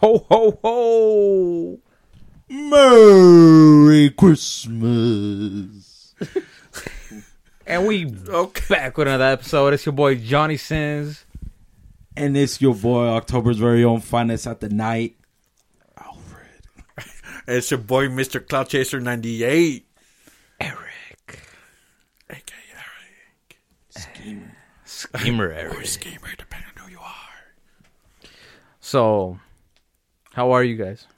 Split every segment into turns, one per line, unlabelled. Ho, ho, ho.
Merry Christmas.
And we
Okay.
back with another episode. It's your boy Johnny Sins.
And it's your boy, October's very own finance at the night. Alfred.
It's your boy, Mr. Cloud Chaser 98.
Eric.
AKA Eric.
Schemer
Or
Eric.
Schemer, depending on who you are.
So, how are you guys?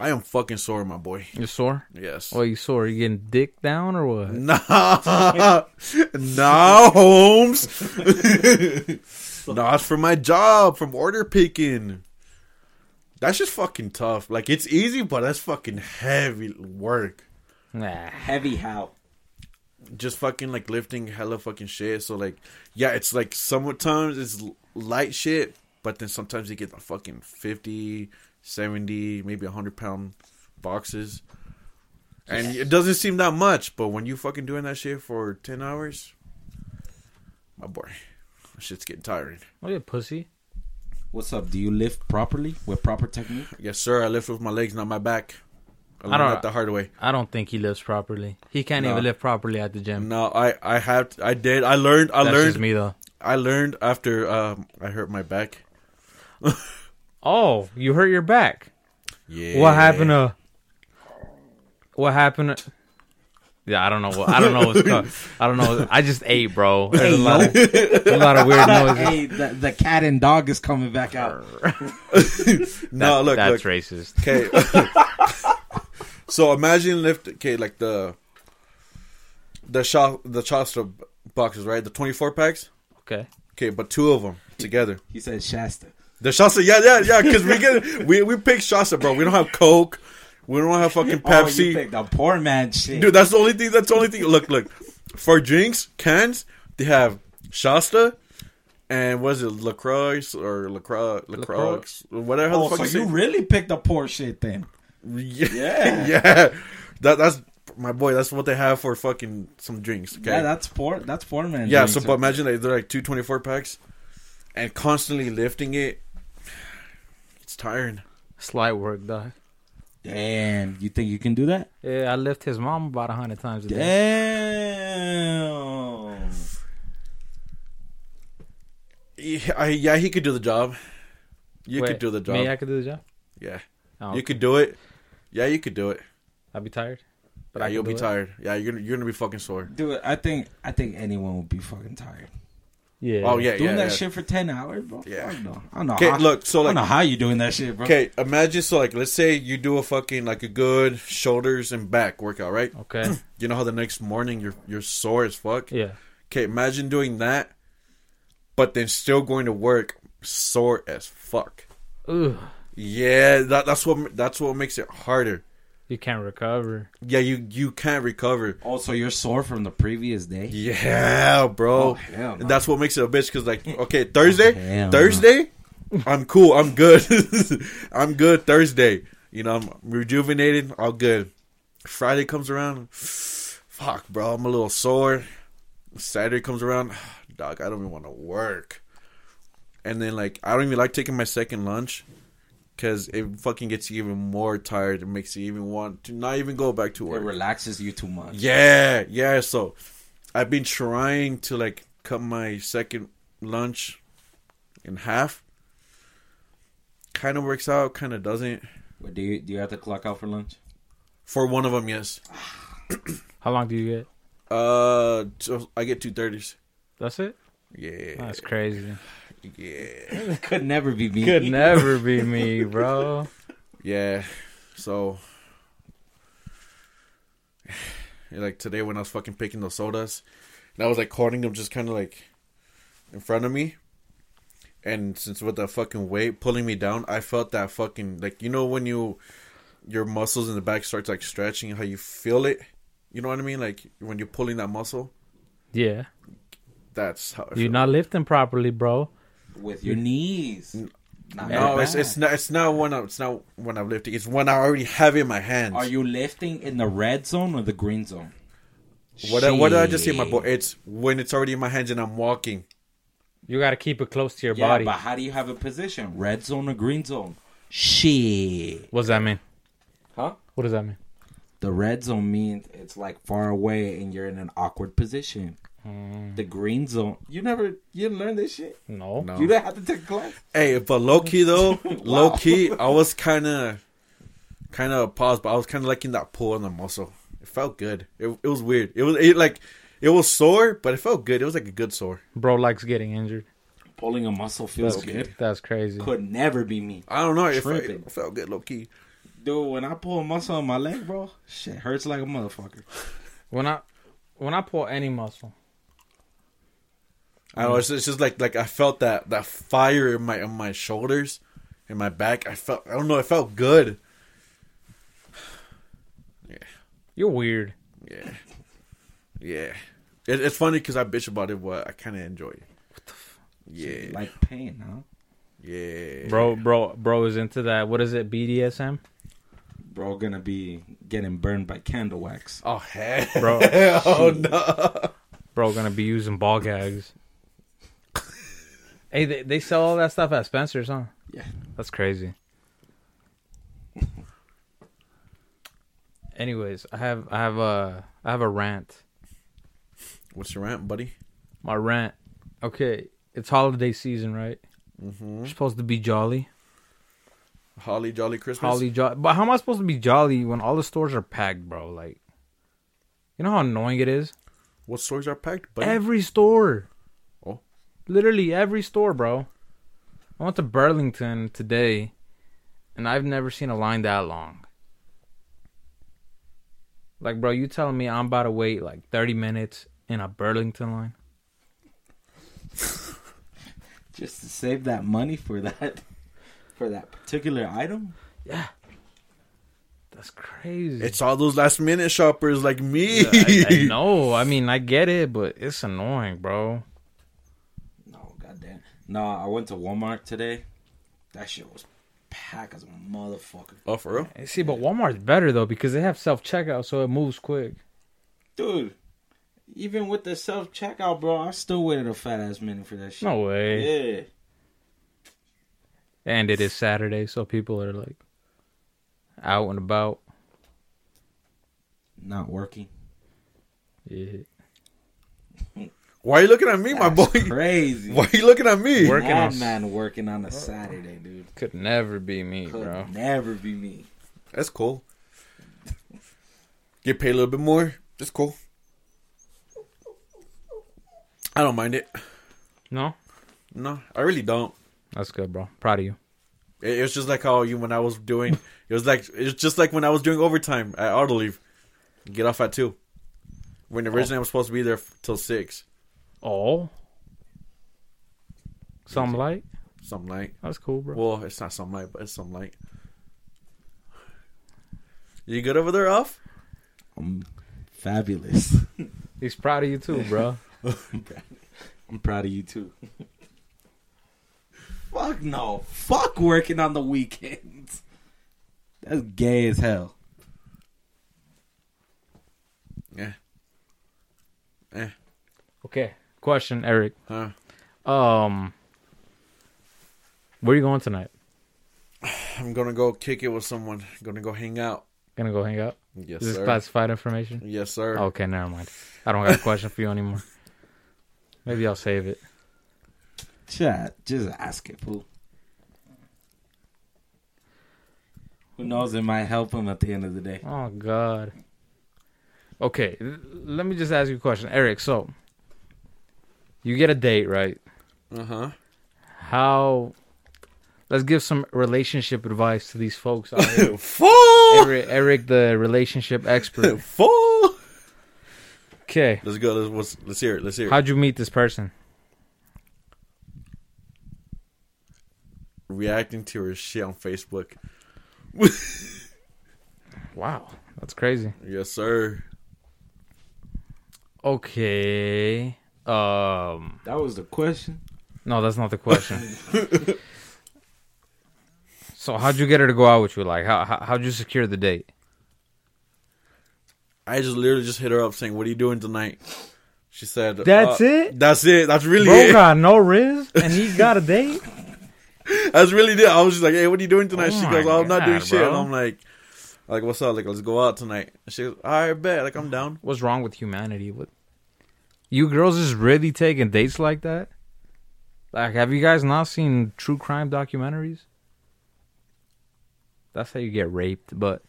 I am fucking sore, my boy.
You sore?
Yes.
What you sore? You getting dick down or what?
Nah, nah, Holmes. nah, it's from my job, from order picking. That's just fucking tough. Like it's easy, but that's fucking heavy work.
Nah.
Heavy how?
Just fucking like lifting hella fucking shit. So like, yeah, it's like sometimes it's l- light shit, but then sometimes you get the fucking 50, 70, maybe hundred pound boxes, and it doesn't seem that much. But when you fucking doing that shit for ten hours, my boy, that shit's getting tiring.
What you pussy?
What's up? Do you lift properly with proper technique?
Yes, sir. I lift with my legs, not my back. I
I
learned
don't-
that the hard way.
I don't think he lifts properly. He can't
No.
even lift properly at the gym.
No, I I have to, I did. I learned. I
That's just
learned.
me though.
I learned after um, I hurt my back.
Oh, you hurt your back.
Yeah.
What happened to? What happened? To, yeah, I don't know. What, I don't know. What's co- I don't know. I just ate, bro. There's a lot, of, a lot of weird noises.
Hey, the, the cat and dog is coming back out.
No, look,
That's
look.
racist.
Okay. so imagine lift. Okay, like the the shop the Shasta boxes, right? The twenty four packs.
Okay.
Okay, but two of them together.
He said Shasta.
The Shasta, yeah, yeah, yeah. Because we get we we pick Shasta, bro. We don't have Coke. We don't have fucking
Oh,
Pepsi.
you picked the poor man shit.
Dude, that's the only thing. That's the only thing. Look, look. For drinks, cans, they have Shasta and was it Lacroix or Lacroix, Lacroix, whatever.
oh,
the fuck
so
you say-
you really picked the poor shit then.
yeah,
Yeah.
yeah. That that's my boy. That's what they have for fucking some drinks. Okay.
Yeah, that's poor. That's poor man.
Yeah,
drinks.
so but imagine like, they're like two twenty four packs, and constantly lifting it. It's tiring.
Slight work, dog.
damn, you think you can do that?
Yeah, I lift his mom about a hundred times a day.
Damn.
Yeah, I, yeah, he could do the job. You
Wait,
could do the job.
Me, I could do the job.
yeah,
Oh,
you could do it. Yeah, you could do it.
I'd be tired.
But yeah,
I could
you'll
do
be
it.
tired. Yeah, you're gonna you're gonna be fucking sore.
Dude, I think I think anyone would be fucking tired.
Yeah.
Oh yeah,
doing
yeah.
that
yeah.
shit for ten hours, bro.
Yeah.
I don't know. I don't know.
Okay,
how,
look, so,
I
like-
don't know how you doing that shit, bro.
Okay, imagine so like let's say you do a fucking like a good shoulders and back workout, right?
Okay.
You know how the next morning you're you're sore as fuck.
Yeah.
Okay, imagine doing that, but then still going to work sore as fuck.
Ooh,
Yeah, that, that's what that's what makes it harder.
you can't recover.
Yeah, you you can't recover.
Also, you're sore from the previous day.
Yeah, bro.
Oh, hell no. Oh,
That's what makes it a bitch. Cause like, okay, Thursday,
Hell no.
Thursday, I'm cool. I'm good. I'm good. Thursday, you know, I'm rejuvenated. All good. Friday comes around, fuck, bro. I'm a little sore. Saturday comes around, dog. I don't even want to work. And then like, I don't even like taking my second lunch. Cause it fucking gets you even more tired. It makes you even want to not even go back to
It
work.
relaxes you too much.
Yeah, yeah. So I've been trying to like cut my second lunch in half. Kind of works out, kind of doesn't.
What, do you do you have to clock out for lunch?
For one of them, yes.
How long do you get?
Uh, so I get two thirties.
That's it.
Yeah,
That's crazy.
yeah,
Could never be me.
Could never be me, bro.
yeah. So. Like today when I was fucking picking those sodas, and I was like holding them just kind of like in front of me. and since with the fucking weight pulling me down, I felt that fucking like you know when you your muscles in the back starts like stretching, how you feel it. You know what I mean? Like when you're pulling that muscle,
Yeah.
that's how. I
You're
feel.
not lifting properly, bro.
with your knees. Not your
No, it's,
back.
it's not. It's not when I, it's not when I'm lifting. It's when I already have it in my hands.
Are you lifting in the red zone or the green zone?
What, I- what did I just say, my
Shit.
boy? It's when it's already in my hands and I'm walking.
You got to keep it close to your
Yeah,
body.
but how do you have a position? Red zone or green zone? Shit.
What does that mean?
Huh?
What does that mean?
The red zone means it's like far away and you're in an awkward position. The green zone. You never you didn't learn this shit?
No.
No.
You didn't have to take class.
Hey, but low key though, low key, I was kind of, kind of paused, but I was kind of liking that pull on the muscle. It felt good. It, it was weird. It was it like, it was sore, but it felt good. It was like a good sore.
Bro likes getting injured.
Pulling a muscle feels good.
That's crazy.
Could never be me.
I don't know. It, felt,
Tripping.
it felt good, low key.
Dude, when I pull a muscle on my leg, bro, shit hurts like a motherfucker.
When I when I pull any muscle,
I don't know. It's, it's just like like I felt that that fire in my in my shoulders, in my back. I felt. I don't know. It felt good.
you're weird.
Yeah, yeah. It, it's funny because I bitch about it, but I kind of enjoy it. Yeah,
Like pain, huh?
yeah,
Bro, bro, bro is into that. What is it? BDSM?
Bro, gonna be getting burned by candle wax.
Oh hell,
Bro,
oh no.
bro gonna be using ball gags. hey, they, they sell all that stuff at Spencer's, huh?
Yeah.
That's crazy. Anyways, I have I have a I have a rant.
What's your rant, buddy?
My rant. Okay, it's holiday season, right?
Mm-hmm.
You're supposed to be jolly,
Holly Jolly Christmas.
holly jolly. But how am I supposed to be jolly when all the stores are packed, bro? Like, you know how annoying it is.
What stores are packed, buddy?
Every store.
Oh.
Literally every store, bro. I went to Burlington today and I've never seen a line that long. Like, bro, you telling me I'm about to wait like 30 minutes in a Burlington line?
Just to save that money for that for that particular item?
That's crazy.
it's all those last minute shoppers like me.
I, I know. I mean, I get it, but it's annoying, bro.
No, goddamn. No, I went to Walmart today. That shit was packed as a motherfucker.
Oh, for real?
And See, but Walmart's better though because they have self checkout, so it moves quick.
Dude, even with the self checkout, bro, I still waited a fat ass minute for that shit.
No way.
Yeah.
And it is Saturday, so people are like out and about.
Not working.
Yeah.
Why are you looking at me, my
That's
boy?
Crazy.
Why are you looking at me?
Work- Working on
Mad
s-
man working on a Saturday, dude.
Could never be me,
Could
bro.
never be me.
That's cool. Get paid a little bit more. That's cool. I don't mind it.
No,
No, I really don't.
that's good, bro. Proud of you.
It, it was just like how you when I was doing. It was like it's just like when I was doing overtime at auto leave. Get off at two. When originally I was supposed to be there f- till six,
Oh, some light.
something like.
That's cool, bro.
Well, it's not some light, but it's some light. You good over there, Alf?
I'm fabulous.
He's proud of you too, bro.
I'm proud of you too. Fuck no. Fuck working on the weekends. That's gay as hell.
Yeah.
okay, question, Eric.
Huh.
Um, where you going tonight?
I'm gonna go kick it with someone. gonna go hang out.
Gonna go hang out?
Yes,
Is this
sir.
classified information?
Yes, sir.
Oh, Okay, never mind. I don't got a question for you anymore. Maybe I'll save it.
Chat, just ask it, fool. Who knows? It might help him at the end of the day.
Oh God. Okay, l- let me just ask you a question, Eric. So, you get a date, right?
Uh huh.
how let's give some relationship advice to these folks out here.
Fool.
Eric, Eric the relationship expert.
Fool.
Okay.
Let's go. Let's, let's let's hear it. Let's hear it.
How'd you meet this person?
Reacting to her shit on Facebook.
Wow, that's crazy.
Yes, sir.
Okay. Um
That was the question.
no, that's not the question. so how'd you get her to go out with you? Like how how- how'd you secure the date?
I just literally just hit her up saying, "What are you doing tonight?" She said,
That's
uh,
it?
That's it. That's really
Bro
it.
got no riz and he got a date.
That's really it. I was just like, hey, what are you doing tonight?
Oh
she
my
goes, oh, I'm not doing
God,
shit.
bro.
And I'm like, like, what's up? Like, let's go out tonight. And she goes, all right, bet. Like, I'm down.
What's wrong with humanity? What you girls is really taking dates like that? Like, have you guys not seen true crime documentaries? That's how you get raped. But,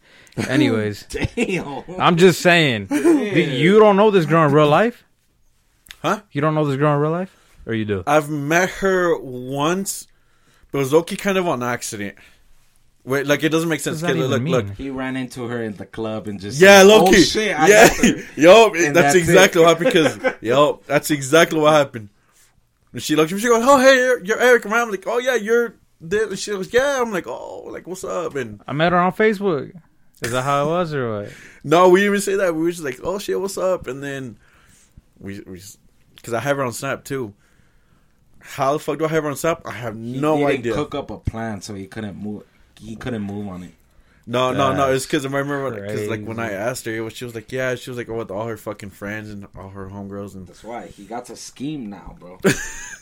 anyways,
Damn.
I'm just saying, th- you don't know this girl in real life,
Huh?
You don't know this girl in real life, or you do?
I've met her once, but it was okay kind of on accident. Wait, like, it doesn't make sense.
does that
Okay, look,
even
look.
mean?
He ran into her in the club and just
Yeah,
said,
low key.
Oh shit! I
yeah,
got her.
yo, that's,
And that's
exactly
it.
what happened. Because yo, that's exactly what happened. And she looked at me. She goes, "Oh, hey, you're, you're Eric." And I'm like, "Oh yeah, you're." This. And she goes, "Yeah." I'm like, "Oh, like what's up?" And
I met her on Facebook. Is that how it was, or what?
no, we didn't even say that. We were just like, "Oh shit, what's up?" And then we we because I have her on Snap too. How the fuck do I have her on Snap? I have
He
no
didn't
idea.
Cook up a plan so he couldn't move. He couldn't move on it.
No, no, no.
That's
It's because I remember because like when I
crazy.
asked her, it was, she was like, "Yeah." She was like, "Oh, with all her fucking friends and all her homegirls and."
That's why he got to scheme now, bro.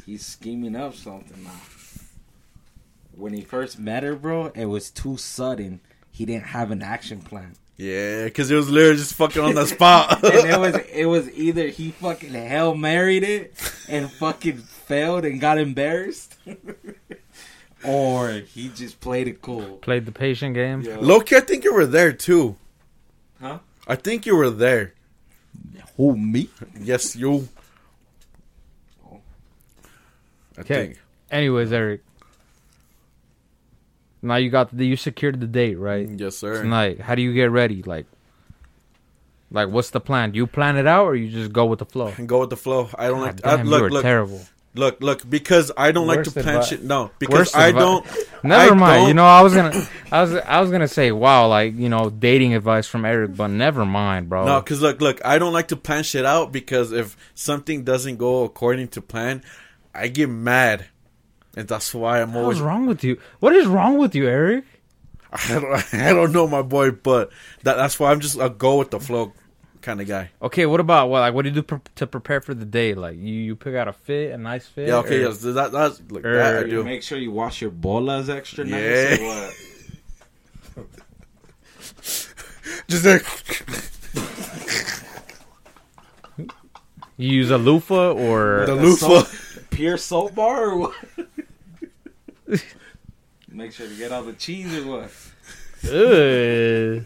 He's scheming up something now. When he first met her, bro, it was too sudden. He didn't have an action plan.
Yeah, because it was literally just fucking on the spot.
and it was it was either he fucking hell married it and fucking failed and got embarrassed, or he just played it cool.
Played the patient game.
Loki, I think you were there too.
Huh?
I think you were there.
Who me?
Yes, you. I
Okay.
think.
Anyways, Eric. Now you got the, you secured the date, right?
Yes, sir.
Tonight. How do you get ready? Like, like what's the plan? Do you plan it out, or you just go with the flow?
and go with the flow. I don't
God
like. To,
damn,
I,
you are
look, look,
terrible.
look, look. Because I don't like
Worst
to plan
advi-
shit. No, because
worst
I
advi-
don't.
Never
I
mind. You
don't-
know, I was gonna, I was, I was gonna say, wow, like you know, dating advice from Eric, but never mind, bro.
No, because look, look. I don't like to plan shit out because if something doesn't go according to plan, I get mad, and that's why I'm always
What's wrong with you? What is wrong with you, Eric?
I don't, I don't know, my boy, but that, that's why I'm just a go with the flow kind of guy.
Okay, what about what? Like, what do you do pre- to prepare for the day? Like, you you pick out a fit, a nice fit.
Yeah, okay,
or-
yes, that, that's like, that I
Er,
do.
Make sure you wash your bolas extra nice.
Yeah.
Or what?
Just like,
You use a loofah or
The
A
loofah.
soap- pure soap bar or what? Make sure to get all the cheese or what?
Ugh.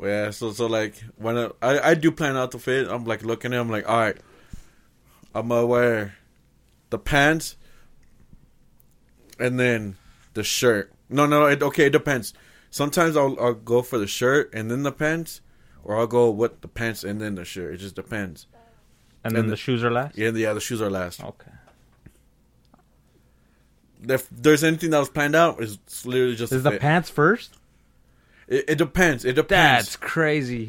yeah, so, so like, when I, I, I do plan out the fit, I'm like looking at him, like, all right, I'm gonna wear the pants and then the shirt. No, no, it, okay, it depends. Sometimes I'll, I'll go for the shirt and then the pants, or I'll go with the pants and then the shirt. It just depends.
and then
And-
the shoes are last.
Yeah, and the, yeah, the shoes are last.
Okay.
if there's anything that was planned out, it's it's literally just
Is
a
the
fit.
pants first?
It, it depends. It depends.
That's crazy.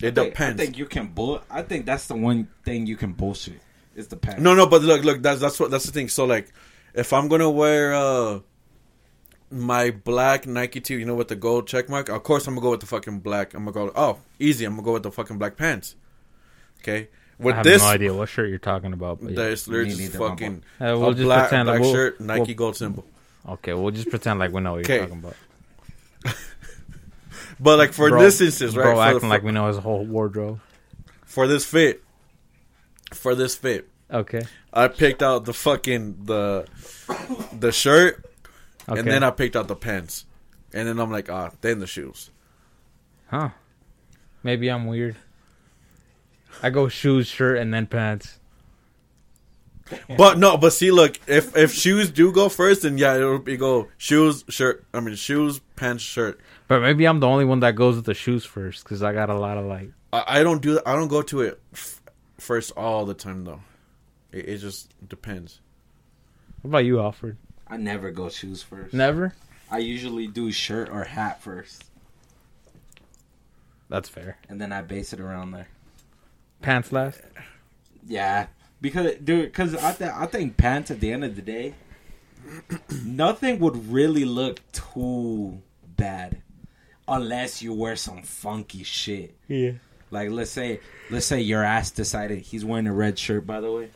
it
Wait,
depends.
I think you can bull. I think that's the one thing you can bullshit. It's the pants.
no, no, but look, look. That's that's what that's the thing. So like, if I'm gonna wear uh my black Nike tee, you know, with the gold check mark, of course I'm gonna go with the fucking black. I'm gonna go. Oh, easy. I'm gonna go with the fucking black pants. Okay.
I
With
have
this,
no idea what shirt you're talking about. But yeah.
there's
Me
literally just
neither, my boy.
fucking
Uh, we'll
a
just
black,
pretend that
black
we'll-
shirt, Nike
we'll-
gold symbol.
Okay, we'll just pretend like we know what you're
'Kay.
talking about.
But like for
Bro-
this instance, right?
Bro,
for,
acting
for,
like we know his whole wardrobe.
for this fit, for this fit,
Okay.
I picked out the fucking the the shirt,
Okay.
and then I picked out the pants, and then I'm like, ah, then the shoes.
huh? Maybe I'm weird. I go shoes, shirt, and then pants.
But no, but see, look, if if shoes do go first, then yeah, it'll be go shoes, shirt. I mean, shoes, pants, shirt.
But maybe I'm the only one that goes with the shoes first because I got a lot of like.
I, I don't do I don't go to it f- first all the time though. It, it just depends.
What about you, Alfred?
I never go shoes first.
Never.
I usually do shirt or hat first,
That's fair.
and then I base it around there.
Pants last.
Yeah, because dude, because I th- I think pants at the end of the day, nothing would really look too bad, unless you wear some funky shit.
Yeah.
Like let's say let's say your ass decided he's wearing a red shirt by the way.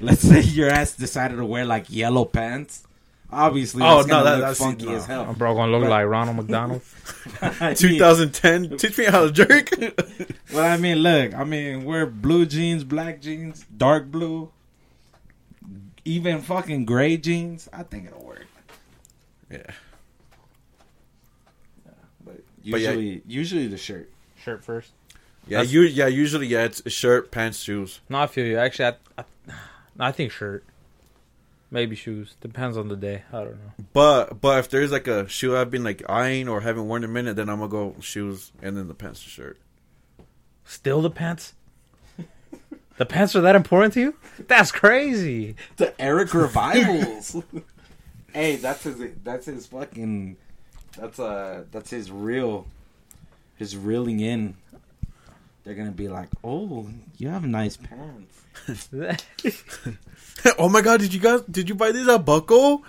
Let's say your ass decided to wear like yellow pants. Obviously,
Oh,
that's
no,
gonna
that-
look
that's-
funky
no.
as
I'm
hell.
bro gonna look like Ronald McDonald.
I mean,
2010. Teach me how to jerk.
Well, I mean, look, I mean, wear blue jeans, black jeans, dark blue, even fucking gray jeans. I think it'll work.
yeah.
But
But yeah.
usually, usually the shirt.
Shirt first.
Yeah,
That's-
you, yeah, usually yeah, it's shirt, pants, shoes.
No, I feel you. Actually, I, I, no, I think shirt. Maybe shoes. Depends on the day. I don't know.
But but if there's like a shoe I've been like eyeing or haven't worn in a minute, then I'm gonna go shoes and then the pants and shirt.
Still the pants? the pants are that important to you? That's crazy.
The Eric revivals. hey, that's his. That's his fucking. That's uh. That's his real. His reeling in. They're gonna be like, "Oh, you have nice pants."
oh my god, did you guys did you buy these at Buckle?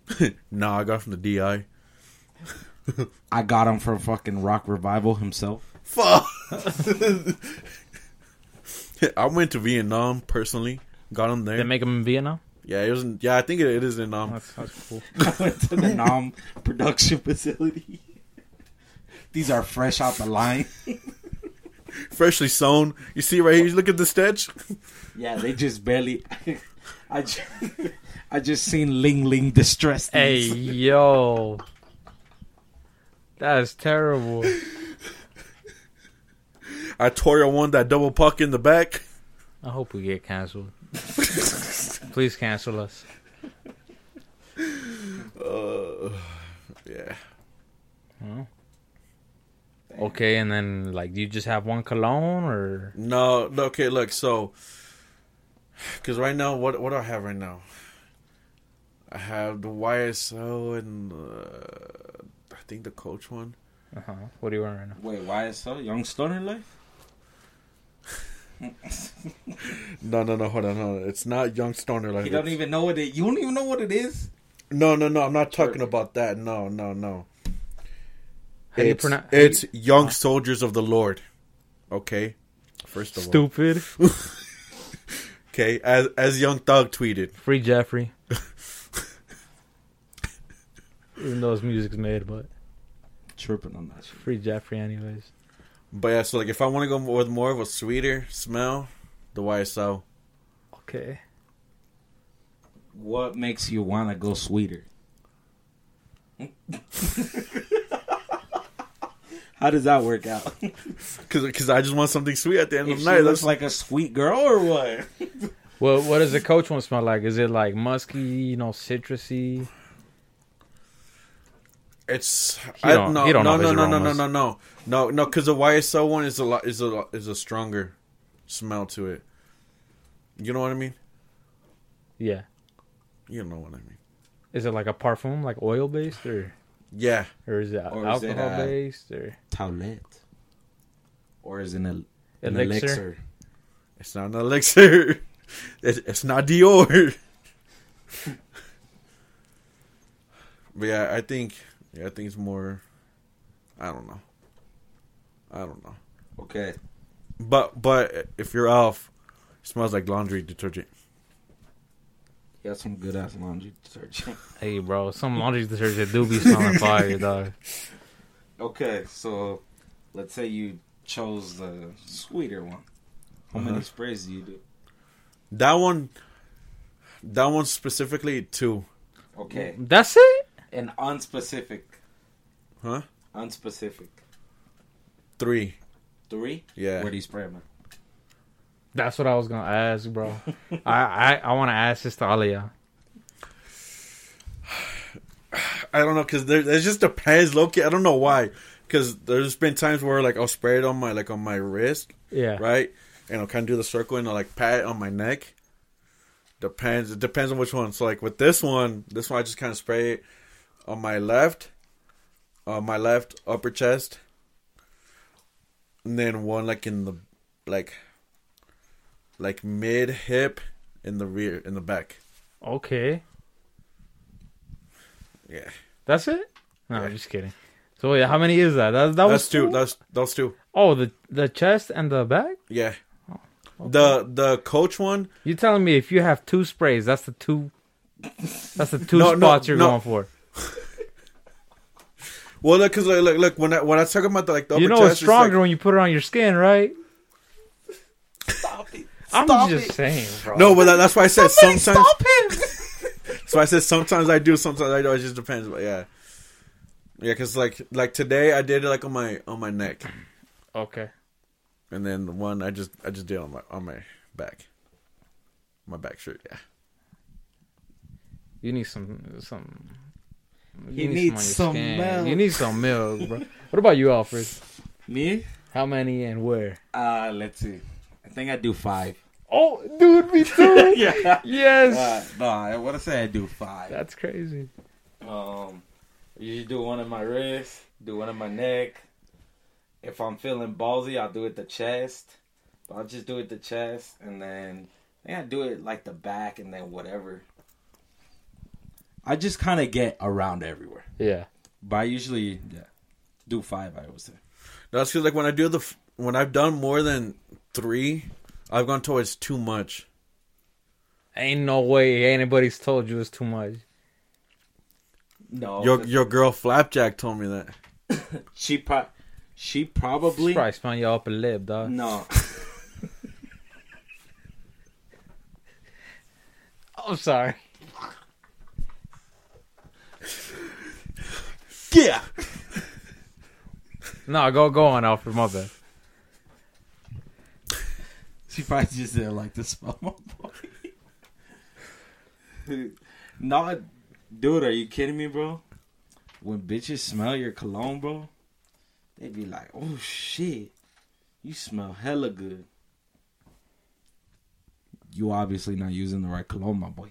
nah, I got 'em from the DI.
I got him from fucking Rock Revival himself.
Fuck. I went to Vietnam personally. Got them
they
there.
make them in Vietnam?
yeah, it was. In, yeah, I think it, it is in um.
That's, that's cool.
I went to the Nom production facility. These are fresh out the line.
freshly sewn. You see right here. Look at the stitch.
Yeah, they just barely. I just, I just seen Ling Ling distressed.
hey, yo. That is terrible.
I tore your one that double puck in the back.
I hope we get canceled. Please cancel us.
Uh, yeah.
Okay, and then, like, do you just have one cologne or.
No, no, okay, look, so because right now what what do I have right now? I have the YSO and uh, I think the coach one.
Uh-huh. What are you wearing right now?
Wait, why is so young stoner life?
No, no, no, hold on, hold on. It's not Young Stoner like
You don't even know what it. You don't even know what it is.
No, no, no. I'm not talking about that. No, no, no.
How do you
It's,
pronounce- how do you-
it's Young Soldiers of the Lord. Okay. First of all.
Stupid.
Okay, as as Young Thug tweeted.
Free Jeffrey. Even though his music's made, but
Tripping on that shit.
free Jeffrey, anyways.
But yeah, so like if I want to go with more of a sweeter smell, the YSO.
Okay.
What makes you want to go sweeter? How does that work out?
Cause, 'cause I just want something sweet at the end
If
of
she
the night.
looks
That's like
like a sweet girl or what?
Well, what does the coach one smell like? Is it like musky, you know, citrusy?
it's.
He
I
don't-
no,
he don't
no,
know
no,
his
no, no, no,
aromas.
no, no, no, no. Because the YSL one is a lot is a lot- is a stronger smell to it. You know what I mean?
Yeah.
You know what I mean?
Is it like a parfum, like oil based, or
Yeah,
or is it
Or is it, uh,
alcohol based, or
Towelette, or is it an, an
elixir?
elixir?
it's not an elixir. It's, it's not Dior. but yeah, I think yeah, I think it's more. I don't know. I don't know.
Okay,
But but if you're off, it smells like laundry detergent.
you got some good ass laundry detergent.
Hey, bro, some laundry detergent do be smelling fire, dog.
Okay, so let's say you chose the sweeter one. How
Uh-huh.
many sprays do you do?
That one, that one specifically too,
Okay,
That's it.
and unspecific,
Mm-hmm. huh?
unspecific.
Three.
Three.
Yeah.
Where do you spray them?
That's what I was gonna ask, bro. I I, I want to ask this to Aliyah.
I don't know, cause there, it just depends. Loki, I don't know why, cause there's been times where like I'll spray it on my like on my wrist,
Yeah.
right, and I'll kind of do the circle and I'll like pat it on my neck. Depends. It depends on which one. So like with this one, this one I just kind of spray it on my left, on my left upper chest, and then one like in the like, like mid hip, in the rear, in the back.
Okay.
Yeah.
That's it? No,
Yeah.
I'm just kidding. So wait, how many is that? That, that was
That's two. That's those two.
Oh, the the chest and the back.
Yeah.
Oh,
The the coach one.
You're telling me if you have two sprays, that's the two. That's the two
No, no,
spots you're
no.
going for.
Well, look, cause like, look, look, when I when I talk about the like the upper
you know it's
chest, like-
stronger when you put it on your skin, right?
Stop it.
I'm
Stop
just saying, bro.
no, but that, that's why I said sometimes.
Stop him.
So I said sometimes I do, sometimes I don't. It just depends. But yeah, yeah, cause like like today I did it like on my on my neck,
Okay.
and then the one I just I just did on my on my back, my back shirt. Yeah.
You need some some.
He
on
needs
your
some milk.
You need some milk, bro. What about you, Alfred?
Me?
How many and where?
Uh, let's see. I think I do five.
Oh, dude, me too.
yeah.
yes,
Uh, no, I want to say I do five.
that's crazy.
Um, you do one in my wrist, do one in my neck. If I'm feeling ballsy, I'll do it the chest. But I'll just do it the chest, and then I think I do it like the back, and then whatever. I just kind of get around everywhere,
Yeah.
but I usually yeah, do five. I would say.
That's because like when I do the f- when I've done more than three, I've gone towards too much.
Ain't no way anybody's told you it's too much.
No,
Your your girl Flapjack told me that.
she pro- she
She
probably
probably spun your upper lip, dog.
no.
I'm sorry.
Yeah.
No, go go on, Alfred. My bad.
She probably just didn't like to smell my body. no, dude, are you kidding me, bro? When bitches smell your cologne, bro, they be like, "Oh shit, you smell hella good." You obviously not using the right cologne, my boy.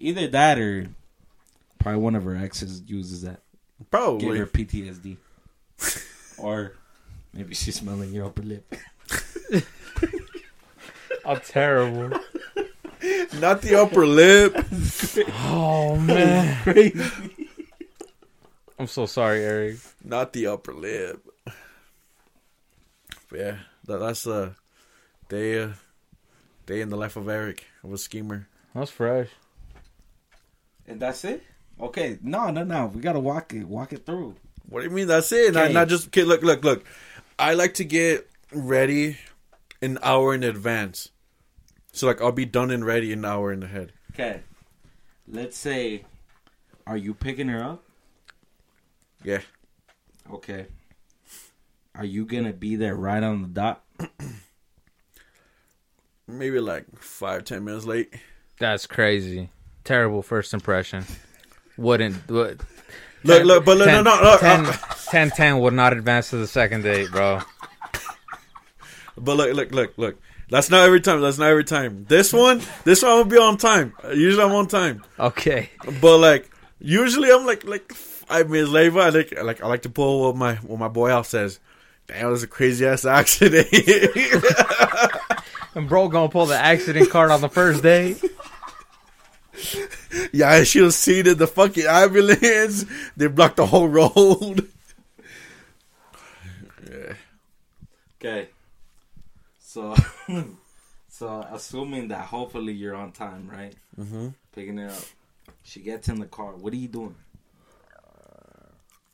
Either that or probably one of her exes uses that. Give
Probably.
her PTSD. or maybe she's smelling your upper lip.
I'm terrible.
Not the upper lip.
Oh man,
Crazy.
I'm so sorry, Eric.
Not the upper lip. But yeah, that, that's uh, a day, uh, day in the life of Eric. of a schemer.
That's fresh.
And that's it? Okay. No, no, no. We gotta walk it, walk it through.
What do you mean? That's it. Not,
Okay.
not just okay. Look, look, look. I like to get ready an hour in advance. So like I'll be done and ready an hour in the head.
Okay. Let's say, are you picking her up?
Yeah.
Okay. Are you gonna be there right on the dot?
maybe like five ten minutes late.
That's crazy. Terrible first impression. Wouldn't would,
Look, look, but look, no,
10,
no, look,
10,
uh,
10, 10 would not advance to the second date, bro.
but look, look, look, look. That's not every time. That's not every time. This one, this one, I'm gonna be on time. Usually, I'm on time,
Okay.
but like usually, I'm like like five minutes late. But I like like I like to pull what my what my boy Alf says. Damn, it was a crazy ass accident.
And bro gonna pull the accident card on the first date.
yeah, she was seated the fucking ambulance. They blocked the whole road. yeah.
Okay. So, so assuming that hopefully you're on time, right?
Mm-hmm.
Picking her up. She gets in the car. What are you doing?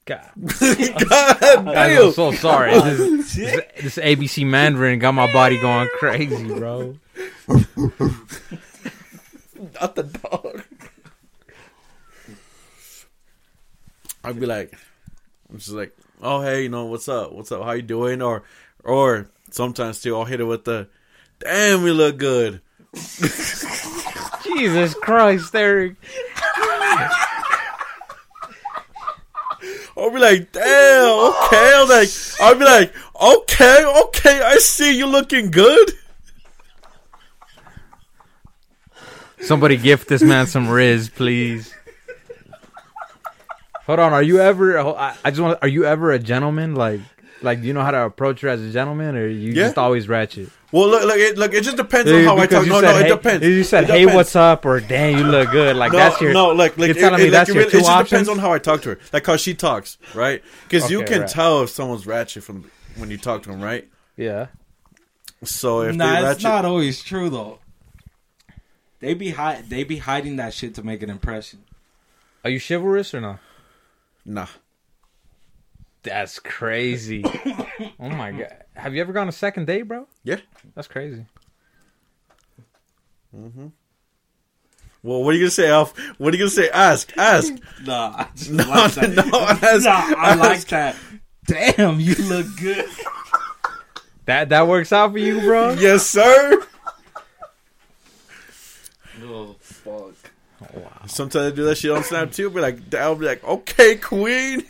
God,
God
guys,
damn. Oh,
I'm so sorry. This, this, this ABC Mandarin got my body going crazy, bro.
not the dog. I'd be like, I'm just like, oh hey, you know what's up? What's up? How you doing? Or, or sometimes too, I'll hit it with the, damn, you look good.
Jesus Christ, Eric.
I'll be like, damn, okay. I'm like, I'll be like, okay, okay, I see you looking good.
Somebody gift this man some Riz, please. Hold on, are you ever? I I just want. Are you ever a gentleman? Like, Like, do you know how to approach her as a gentleman, or you
Yeah.
just always ratchet?
Well, look, look, it, look. It just depends on how I
Because
talk.
you
No,
said,
no, it
hey,
depends.
You said,
It
"Hey,
depends.
what's up?" or "Damn, you look good." Like
No,
that's your
no, like, like
you're telling
it,
me
it-
that's
it
your
really-
two
it just
options.
depends on how I talk to her, like how she talks, right? Because you
Okay,
can
right.
tell if someone's ratchet from when you talk to them, right?
yeah,
So if
nah,
they
it's
ratchet,
not always true though. They be hide, they be hiding that shit to make an impression.
are you chivalrous or not?
nah,
That's crazy. oh my god, have you ever gone a second date, bro?
yeah.
That's crazy.
Well, what are you gonna say, Alf? What are you gonna say? Ask, ask.
Nah, I just
No,
like that.
no, ask,
nah, I
ask.
like that. Damn, you look good.
That that works out for you, bro.
Yes, sir.
oh fuck.
Sometimes I do that shit on Snap too. Be like, I'll be like, okay, queen,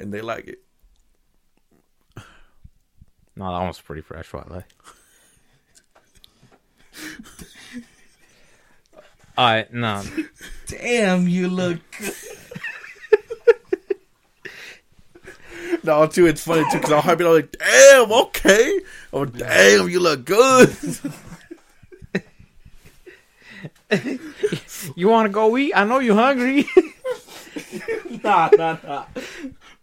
and they like it.
No, that one's pretty fresh. What like? All right, no.
Damn, you look good.
No, too, it's funny too because I'll hype it. I'm like, damn, okay, oh damn, you look good.
You want to go eat? I know you're hungry.
Nah, nah, nah.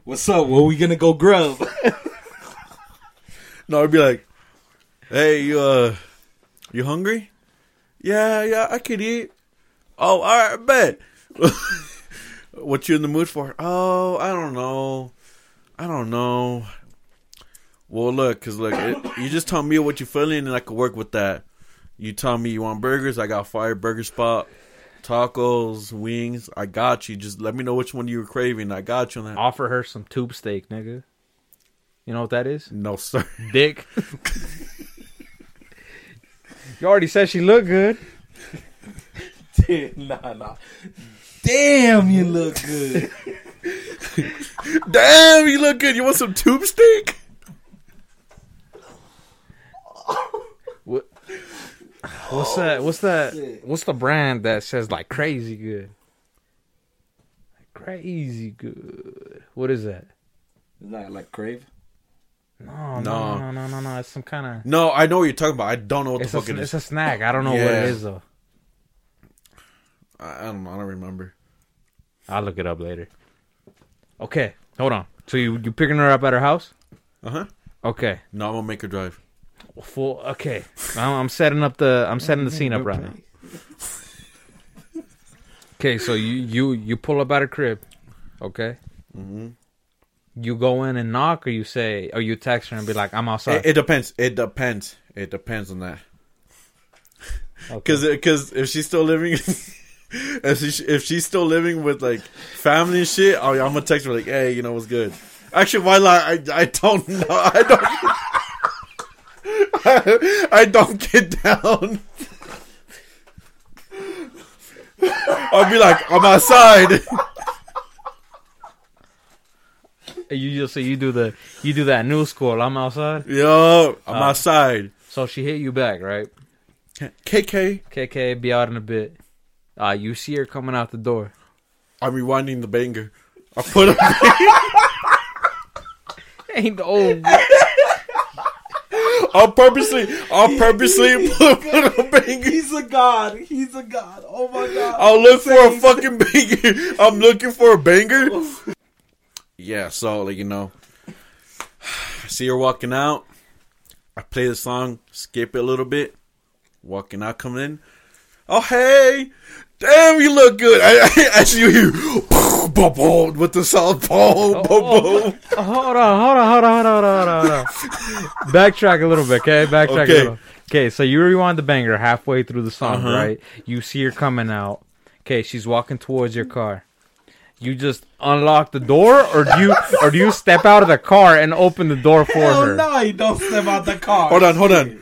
What's up? Where we gonna go grub?
No, I'd be like, "Hey, you uh, you hungry? Yeah, yeah, I could eat. Oh, all right, bet. what you in the mood for? Oh, I don't know, I don't know. Well, look, cause look, it, you just tell me what you're feeling, and I could work with that. You tell me you want burgers, I got fire burger spot, tacos, wings, I got you. Just let me know which one you were craving. I got you on that.
Offer her some tube steak, nigga. You know what that is?
No, sir.
Dick. you already said she looked good.
nah, nah. Damn, you look good.
Damn, you look good. You want some tube steak?
What? What's that? What's that?
shit.
What's the brand that says like crazy good? Like, crazy good. What is that?
Isn't that like crave?
No, no,
No.
no, no, no, no. It's some kind of.
No, I know what you're talking about. I don't know what
It's
the
a,
fuck it
it's
is.
a snack. I don't know what
Yeah.
it is though.
I I don't know. I don't remember.
I'll look it up later. Okay, hold on. So you you picking her up at her house?
Uh huh.
Okay,
No, I'm gonna make her drive.
full. Okay, I'm, I'm setting up the I'm setting the scene up right now. Okay, so you you you pull up at her crib, okay?
Mm-hmm.
You go in and knock, or you say, or you text her and be like, "I'm outside."
It, it depends. It depends. It depends on that. Because if she's still living, if she, if she's still living with like family and shit, I, I'm gonna text her like, hey, you know what's good. Actually, why lie? I I don't know. I don't. I, don't get down. I'll be like, I'm outside. eh.
Okay. you just say you do the you do that new school. I'm outside,
Yo, I'm outside.
so she hit you back, right?
KK,
KK, be out in a bit. Uh, you see her coming out the door.
I'm rewinding the banger. I put up.
Ain't old.
I'll purposely, I'll purposely put, put a banger.
He's a god. He's a god. Oh my god.
I'll look for a fucking banger. I'm looking for a banger. Yeah, so like you know, I see her walking out. I play the song, skip it a little bit. Walking out, coming in. Oh hey, damn, you look good. I, I, I see you here. Boom, boom, with the sound. Boom, boom, boom.
Oh, hold on, hold on, hold on, hold on, hold on, hold on. Backtrack a little bit, okay? Backtrack
Okay.
a little. Okay, so you rewind the banger halfway through the song,
Uh-huh.
right? You see her coming out. Okay, she's walking towards your car. You just unlock the door, or do you, or do you step out of the car and open the door for
Hell
her?
no, he don't step out the car.
Hold on, hold on.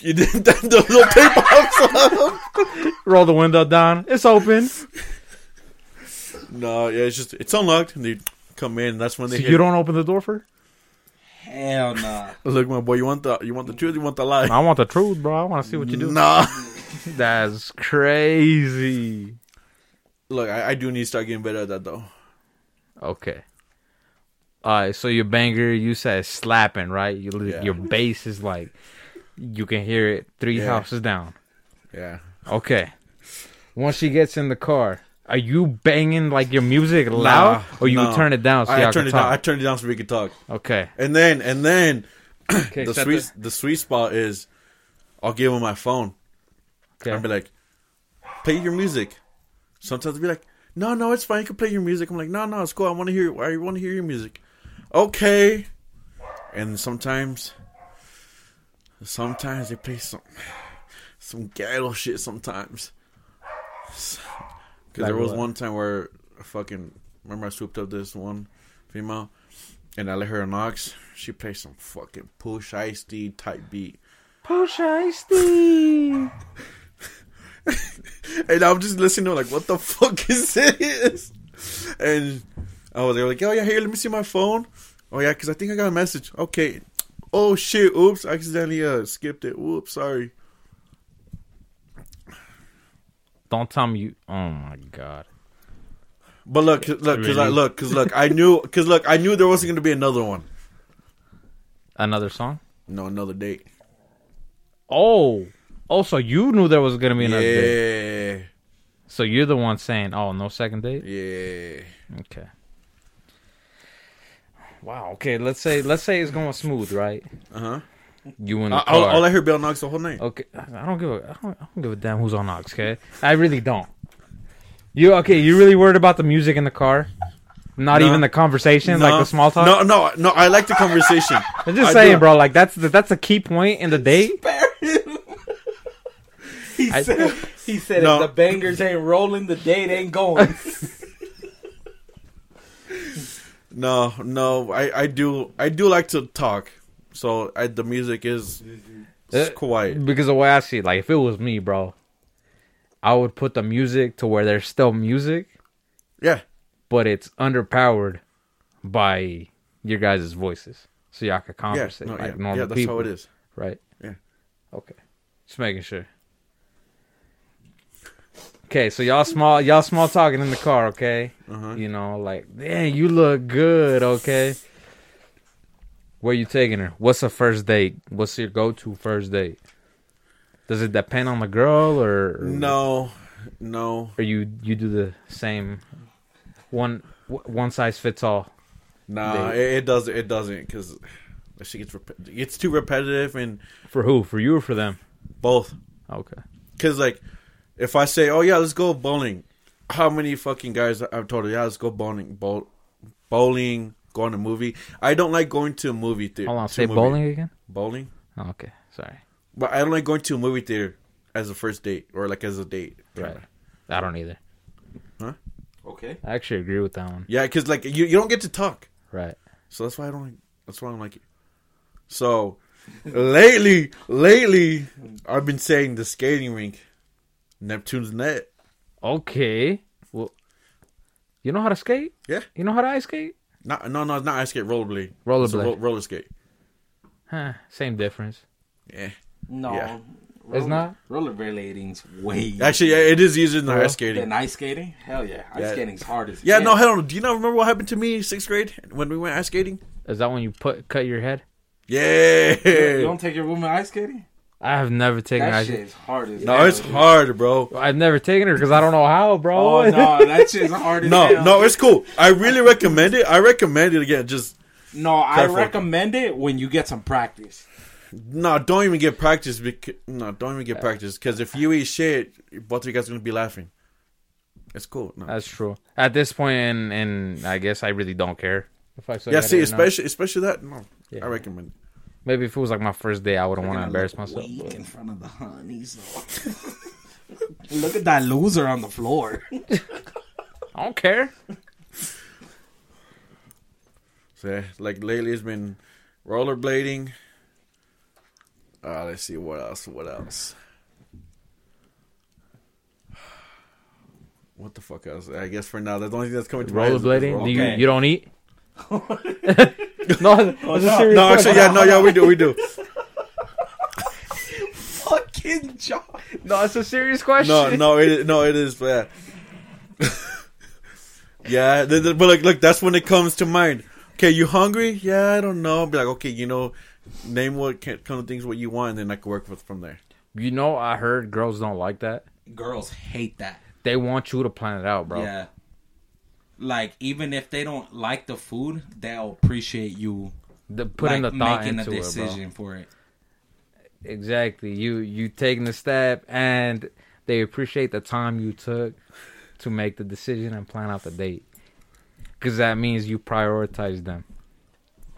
You did that the little tape off.
Roll the window down. It's open. So
no, yeah, it's just it's unlocked. And they come in. That's when they hit.
you don't open the door for? her?
Hell nah.
Look, my boy, you want the you want the truth, you want the lie.
I want the truth, bro. I want to see what you do.
Nah, Mm.
That's crazy.
look, I, I do need to start getting better at that though.
Okay. uh, so your banger, you said slapping, right? You,
Yeah.
Your bass is like, you can hear it three
Yeah.
houses down.
Yeah.
Okay. Once she gets in the car, are you banging like your music loud, or Oh, you
no.
turn it down so
I, I
y'all
turned
can
it down. I
talk?
turned it down so we could talk.
okay.
And then and then
Okay.
the
set
sweet the... sweet spot is I'll give him my phone.
okay.
I'll be like, play your music. Sometimes I'll be like, no, no, it's fine. You can play your music. I'm like, no, no, it's cool. I want to hear. I want to hear your music. Okay. And sometimes, sometimes they play some some ghetto shit. Sometimes. Because
Like
there was
what?
one time where I fucking remember I swooped up this one female, and I let her knox. She played some fucking push ice type beat.
Push Ice T.
And I'm just listening, like, what the fuck is this? And oh, they were like, oh yeah, here, let me see my phone. Oh yeah, because I think I got a message. Okay. Oh shit! Oops, I accidentally uh, skipped it. Whoops, sorry.
Don't tell me you. Oh my god.
But look, look, because I
Really?
look, because look, I knew, because look, I knew there wasn't gonna be another one.
Another song.
No, another date.
Oh. Oh, so you knew there was gonna be another date.
Yeah,
So you're the one saying, "Oh, no second date."
yeah.
Okay. Wow. Okay. Let's say let's say it's going smooth, right?
Uh huh.
You in the
I'll,
car.
I'll let her be on Knox the whole night.
Okay, I don't give a I don't, I don't give a damn who's on aux. Okay, I really don't. You okay? You really worried about the music in the car? Not
No.
even the conversation, like the small talk.
No, no, no. I like the conversation.
I'm just
I
saying,
do.
bro. Like that's the, that's a key point in the date.
Spare him. He
I-
said, he said
No.
if the bangers ain't rolling, the date ain't going.
No, no, I, I do I do like to talk, so I, the music is it's
Uh,
quiet.
Because the way I see, it, like if it was me, bro, I would put the music to where there's still music,
Yeah,
but it's underpowered by your guys' voices, so y'all could
yeah,
conversate
no,
like
yeah,
normal
yeah. That's
people.
how it is.
right?
Yeah.
Okay. Just making sure. Okay, so y'all small y'all small talking in the car, okay?
Uh-huh.
You know, like, dang, you look good, okay? Where you taking her? What's a first date? What's your go to first date? Does it depend on the girl or or-
No, no,
Or you you do the same one w- one size fits all?
nah.
They-
It, it doesn't. It doesn't because she gets rep- it's too repetitive and
For who? For you or for them?
both.
Okay.
Because like, if I say, "Oh yeah, let's go bowling," how many fucking guys I- I've told her, "Yeah, let's go bowling, bowl, bowling, going to movie." I don't like going to a movie theater.
Hold on,
to a
say
movie.
bowling again?
Bowling.
Oh, okay, sorry.
But I don't like going to a movie theater as a first date or like as a date.
Right. I don't either.
okay.
I actually agree with that one.
Yeah, because like you, you don't get to talk,
Right.
so that's why I don't. like That's why I don't like it. So lately, lately, I've been saying the skating rink, Neptune's net.
Okay. Well, you know how to skate?
Yeah.
You know how to ice skate?
Not no no, it's not ice skate, rollerblade, It's a
Rollerblade.
ro- roller skate.
Huh. Same difference.
Yeah,
No.
Yeah.
It's not?
Rollerblading's way.
actually, yeah, it is easier than
Well,
ice skating.
Than ice skating? Hell yeah. Ice
Yeah.
skating's hard as
yeah,
hell.
no, hell, no. do you not remember what happened to me in sixth grade when we went ice skating?
Is that when you put cut your head?
Yeah,
You don't take your woman ice skating?
I have never taken
That
ice.
shit is hard as hell.
no, it's
dude.
hard, bro.
I've never taken her because I don't know how, bro.
Oh, no, that shit's hard as
No,
hell.
no, it's cool. I really recommend it. I recommend it again. Just
No, I
Careful.
recommend it when you get some practice.
no, don't even get practice. Because no, don't even get practice. Because if you eat shit, both of you guys are gonna be laughing. It's cool. No.
That's true. At this point, and, and I guess I really don't care. If I suck
yeah,
at
see,
it or not.
especially especially that. No,
Yeah.
I recommend. it.
maybe if it was like my first day, I wouldn't want to
Gonna
embarrass
look
myself.
weak
but-
in front of the honeys. look at that loser on the floor.
I don't care.
So yeah, like lately, it's been rollerblading. Uh, let's see what else. What else? What the fuck else? I guess for now, that's the only thing that's coming to my head is-
Rollerblading. Do you
Okay. Oh,
you don't eat? no, that's a serious
No, actually,
question.
yeah, no, yeah, we do, we do.
Fucking John.
No, it's a serious question.
No, no, it is, no, it is bad. yeah, th- th- but like, look, that's when it comes to mind. okay, you hungry? Yeah, I don't know. be like, okay, you know, name what can, kind of things what you want, and then I can work with from there.
You know, I heard girls don't like that.
Girls hate that.
They want you to plan it out, bro.
Yeah. Like even if they don't like the food, they'll appreciate you
The, putting
like,
the thought
making
into
a
it,
decision
bro.
for it.
Exactly. You you taking the step, and they appreciate the time you took to make the decision and plan out the date. Because that means you prioritize them.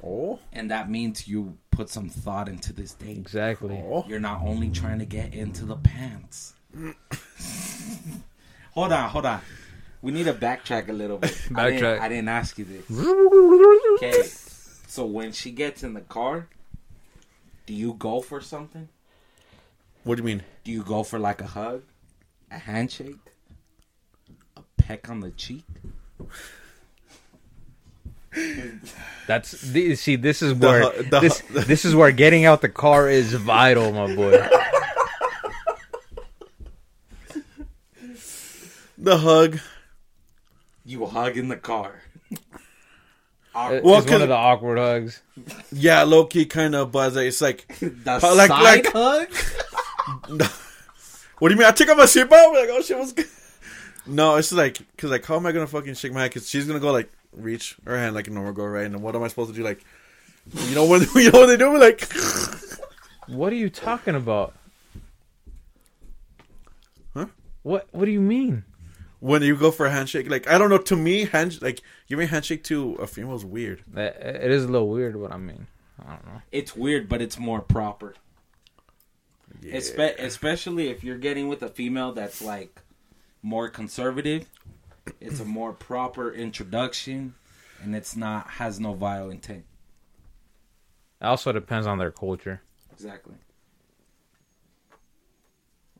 Oh,
And that means you put some thought into this date.
Exactly.
oh,
You're not only trying to get into the pants. hold on, hold on. We need to backtrack a little bit. I didn't-
Backtrack.
I didn't ask you this. Okay. So when she gets in the car, do you go for something?
what do you mean?
Do you go for like a hug, a handshake, a peck on the cheek?
That's thi- see. This is
The
where
hu- the
this
hu-
this is where getting out the car is vital, my boy.
The hug.
You hug in the car.
It-
Well,
it's one
can-
of the awkward hugs.
Yeah, low key, kind of, but it's like,
The
But like-
side
like-
hug.
what do you mean? I took off my seatbelt. Like, oh shit, what's good? No, it's like, cause like, how am I gonna fucking shake my hand? Cause she's gonna go like reach her hand like a normal girl, right? And then what am I supposed to do? Like, you know when you know what they do? Like,
What are you talking about?
Huh?
What What do you mean?
when you go for a handshake, like I don't know. To me, hand like giving a handshake to a female is weird.
That, it is a little weird. What I mean, I don't know.
It's weird, but it's more proper.
Yeah.
Espe- especially if you're getting with a female that's like more conservative. It's a more proper introduction, and it's not has no vile intent.
It also depends on their culture.
Exactly.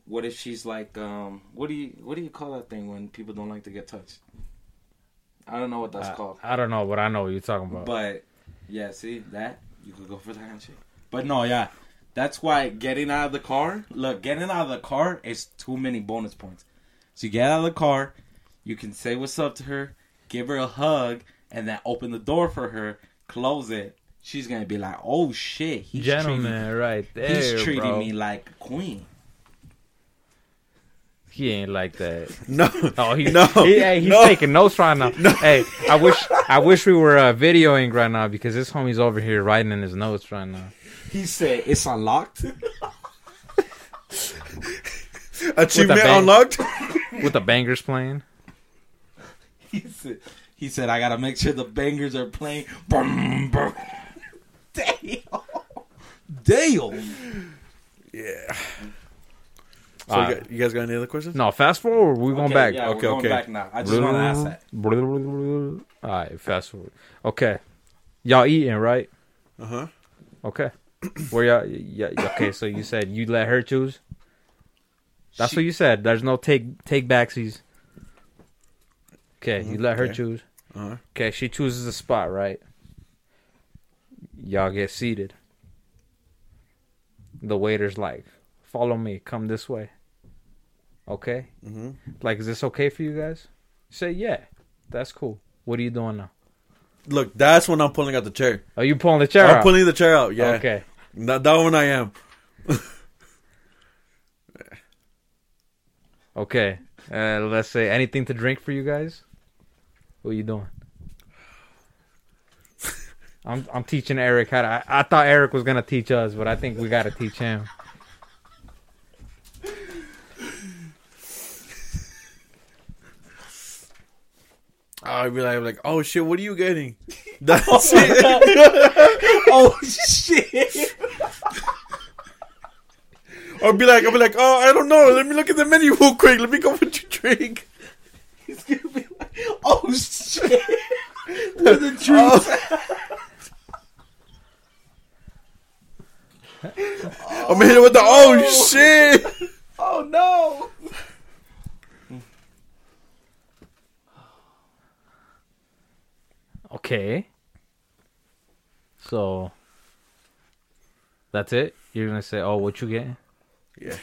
What if she's like, um, what do you what do you call that thing when people don't like to get touched? I don't know what that's
I,
called.
I don't know, but I know what you're talking about.
But yeah, see that you could go for the handshake. But no, yeah, that's why getting out of the car. Look, getting out of the car is too many bonus points. So you get out of the car, you can say what's up to her, give her a hug, and then open the door for her, close it. She's gonna be like, "Oh shit, he's
Gentleman, right
treating,
there,
he's treating
bro.
me like a queen."
He ain't like that.
No,
Oh, he,
No.
he- hey, he's
No.
taking notes right now. Hey, I wish I wish we were uh, videoing right now because this homie's over here writing in his notes right now.
He said, "It's unlocked."
achievement
bang.
unlocked.
With the bangers playing.
he said, "He said I gotta make sure the bangers are playing." Boom, boom. Damn, damn.
yeah. So
Uh,
you, got, you guys got any other questions?
No, fast forward. We're going back.
Yeah,
Okay,
we're going
okay.
back now. I just want to ask that.
All right, fast forward. Okay, y'all eating right?
Uh huh.
Okay, where y'all? Yeah. Okay, so you said you let her choose. That's
She-
what you said. There's no take take backsies. Okay, you let her
Mm-hmm. Okay.
choose.
Uh huh.
Okay, she chooses a spot, right? Y'all get seated. The waiter's like, "Follow me. Come this way." Okay.
Mhm.
Like, is this okay for you guys? You say, "Yeah, that's cool." What are you doing now?
Look, that's when I'm pulling out the chair.
Are you pulling the chair
I'm
out?
pulling the chair out. Yeah.
Okay.
That, that one I am.
Okay. Uh, let's say anything to drink for you guys. What are you doing? I'm I'm teaching Eric how to. I, I thought Eric was gonna teach us, but I think we gotta teach him.
I'd be like, I'm like, oh shit, what are you getting? That's it.
Oh shit!
I'll be like, I'll be like, oh, I don't know. Let me look at the menu real quick. Let me go with your drink.
He's gonna be like, "Oh shit!" Oh. Where the truth?
I'm hitting with the oh shit.
Oh, no!
Okay. So that's it. You're gonna say, "Oh, what you getting?"
Yeah.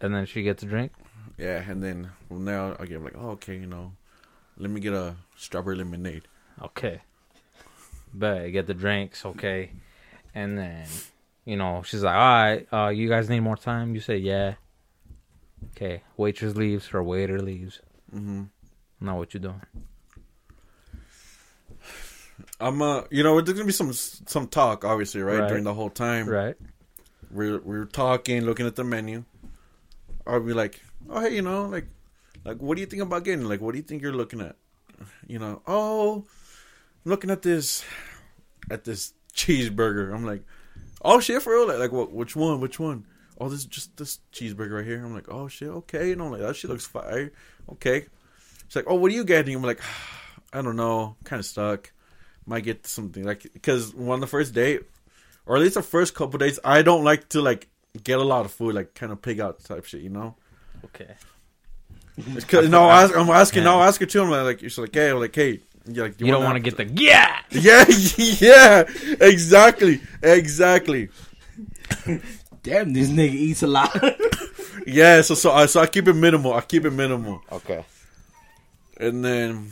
And then she gets a drink.
Yeah, and then from there I'll get like, oh, okay, you know, let me get a strawberry lemonade.
Okay. but get the drinks, okay. And then, you know, she's like, all right, uh, you guys need more time? You say, yeah. Okay, waitress leaves, her waiter leaves.
Mm-hmm.
Now what you doing?
I'm uh, you know, there's gonna be some some talk, obviously, right,
Right.
during the whole time.
Right.
We're we're talking, looking at the menu. I'll be like, oh hey, you know, like, like what do you think about getting? Like, what do you think you're looking at? You know, oh, I'm looking at this, at this cheeseburger. I'm like, oh shit, for real? Like, like what? Which one? Which one? Oh, this is just this cheeseburger right here. I'm like, oh shit, okay. You know, like that shit looks fire. Okay. She's like, oh, what are you getting? I'm like, I don't know, kind of stuck. Might get something like because on the first date, or at least the first couple days, I don't like to like get a lot of food, like kind of pig out type shit, you know.
Okay.
It's 'cause- no, I, I'm asking, no, I ask her too. I'm like, you're like, hey, I'm like, hey, you're like,
You, don't want to get the yeah.
yeah, yeah, exactly, exactly.
Damn, this nigga eats a lot.
Yeah, so so I so I keep it minimal. I keep it minimal,
okay.
and then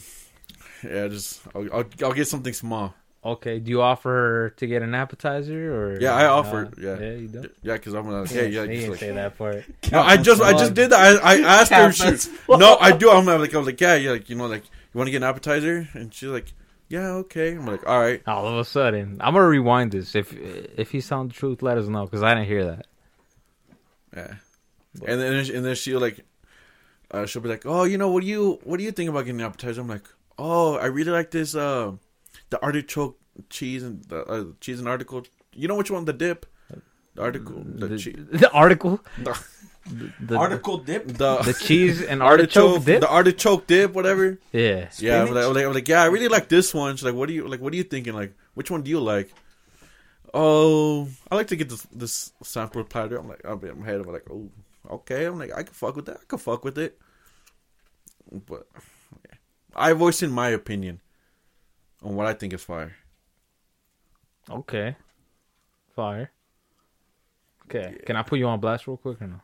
yeah, just I'll I'll, I'll get something small.
Okay. Do you offer her to get an appetizer or?
Yeah, I offered, yeah.
Yeah, you do.
Yeah, because I'm like, hey, yeah,
you
just
didn't
like,
say that part.
No, I just I just did that. I, I asked her. if
Cap as
She, no, I do. I'm like I'm like yeah, yeah, like you know, like you want to get an appetizer, and she's like, yeah, okay. I'm like, all right,
All of a sudden, I'm gonna rewind this. If if he's telling the truth, let us know because I didn't hear that.
yeah. And then and then she like, uh, she'll be like, oh, you know, what do you what do you think about getting an appetizer? I'm like, oh, I really like this uh, the artichoke cheese and the uh, cheese and article. You know which one? The dip, the article, the,
Mm, the,
cheese,
the article,
the,
the, the,
Article dip.
the
the
cheese and artichoke dip.
the artichoke dip, whatever.
yeah.
Yeah, I'm
Spinach?
like, I'm like, I'm like, yeah, I really like this one. She's like, what do you like? What are you thinking? Like, which one do you like? Oh, I like to get this this sample platter. I'm like, I'm in my head. I'm like, oh, okay. I'm like, I can fuck with that. I can fuck with it. But I voiced in my opinion on what I think is fire.
Okay. Fire. Okay. Can I put you on blast real quick or no?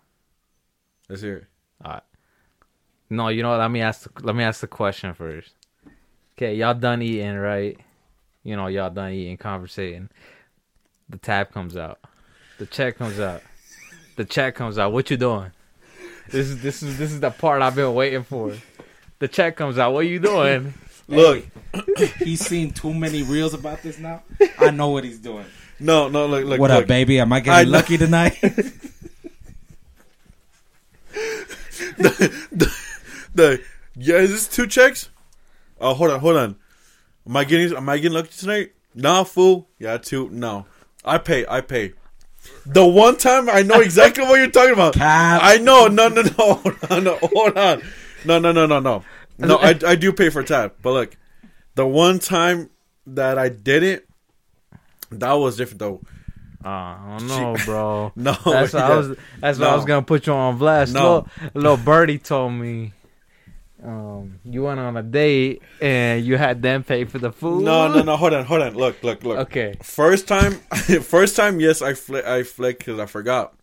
Let's hear it.
All right. No, you know what? Let me ask. The, let me ask the question first. Okay, y'all done eating, right? You know, y'all done eating, conversating. The tab comes out. The check comes out. The check comes out. What you doing? This is this is this is the part I've been waiting for. The check comes out. What you doing?
Look,
He's seen too many reels about this now. I know what he's doing.
no, no, look, look,
what
look.
up, baby? Am I getting
I know-
lucky tonight?
The yeah, is this two checks? Oh, hold on, hold on. Am I getting am I getting lucky tonight? Nah, fool. Yeah, two. No, I pay. I pay. The one time I know exactly what you're talking about.
Cap.
I know. No, no, no. Hold on. No, hold on. No, no, no, no, no. No, I, I do pay for tap. But look, the one time that I did it, that was different though.
Oh no, bro.
No,
That's what I
yeah.
was. That's what I was
No.
gonna put you on blast.
No.
Little, little birdie told me, um, you went on a date and you had them pay for the food.
No, no, no. Hold on, hold on. Look, look, look.
Okay.
First time, first time, yes, I fl- I flicked because I forgot.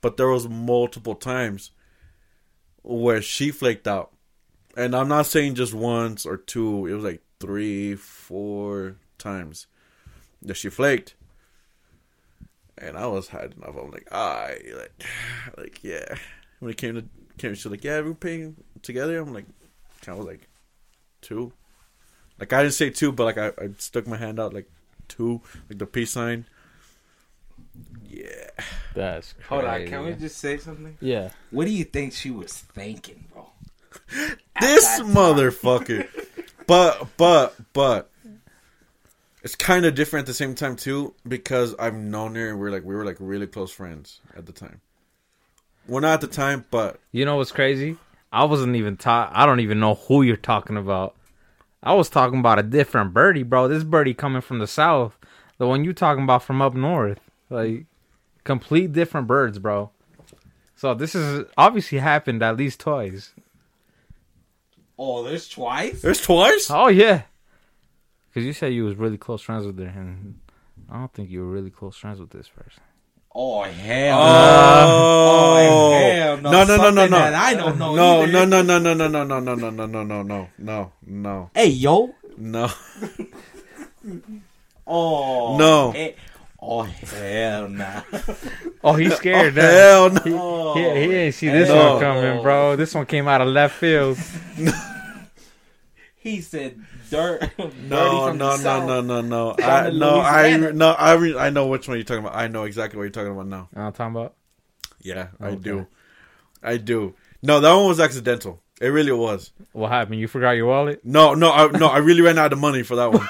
But there was multiple times where she flaked out, and I'm not saying just once or two. It was like three, four times that she flaked, and I was had enough. I'm like, I like, like yeah. When it came to came, she's like, yeah, we're paying together. I'm like, I was like, two. Like I didn't say two, but like I, I stuck my hand out like two, like the peace sign. Yeah.
That's crazy.
Hold on, can we just say something?
Yeah.
What do you think she was thinking, bro?
this motherfucker. but but but it's kind of different at the same time too because I've known her and we're like we were like really close friends at the time. Well, not at the time, but
You know what's crazy? I wasn't even taught. I don't even know who you're talking about. I was talking about a different birdie, bro. This birdie coming from the south, the one you talking about from up north, like complete different birds, bro. So this is obviously happened at least twice.
Oh, there's twice.
there's twice.
Oh yeah, because you said you was really close friends with her, and I don't think you were really close friends with this person.
Oh hell.
Oh,
oh, Uh, hell no.
no, no, no, no,
Something
no.
that I don't know
No,
either.
no, no, no, no, no, no, no, no, no, no, no, no, no, no,
Hey yo,
no.
Oh
No.
he- oh hell nah.
Oh, he's scared.
Oh,
now.
hell no.
He,
Oh,
he, he didn't see this
hell
one coming,
no.
bro. This one came out of left field.
He said dirt. dirty
No,
from the
no, no,
south.
no, no, no.
Down
I
in
no, I
Louisiana.
no, I re- I know which one you're talking about. I know exactly what you're talking about now.
You know what I'm talking about?
Yeah, I
Okay.
do, I do. No, that one was accidental. It really was.
What happened? You forgot your wallet?
No, no, I, no. I really ran out of money for that one.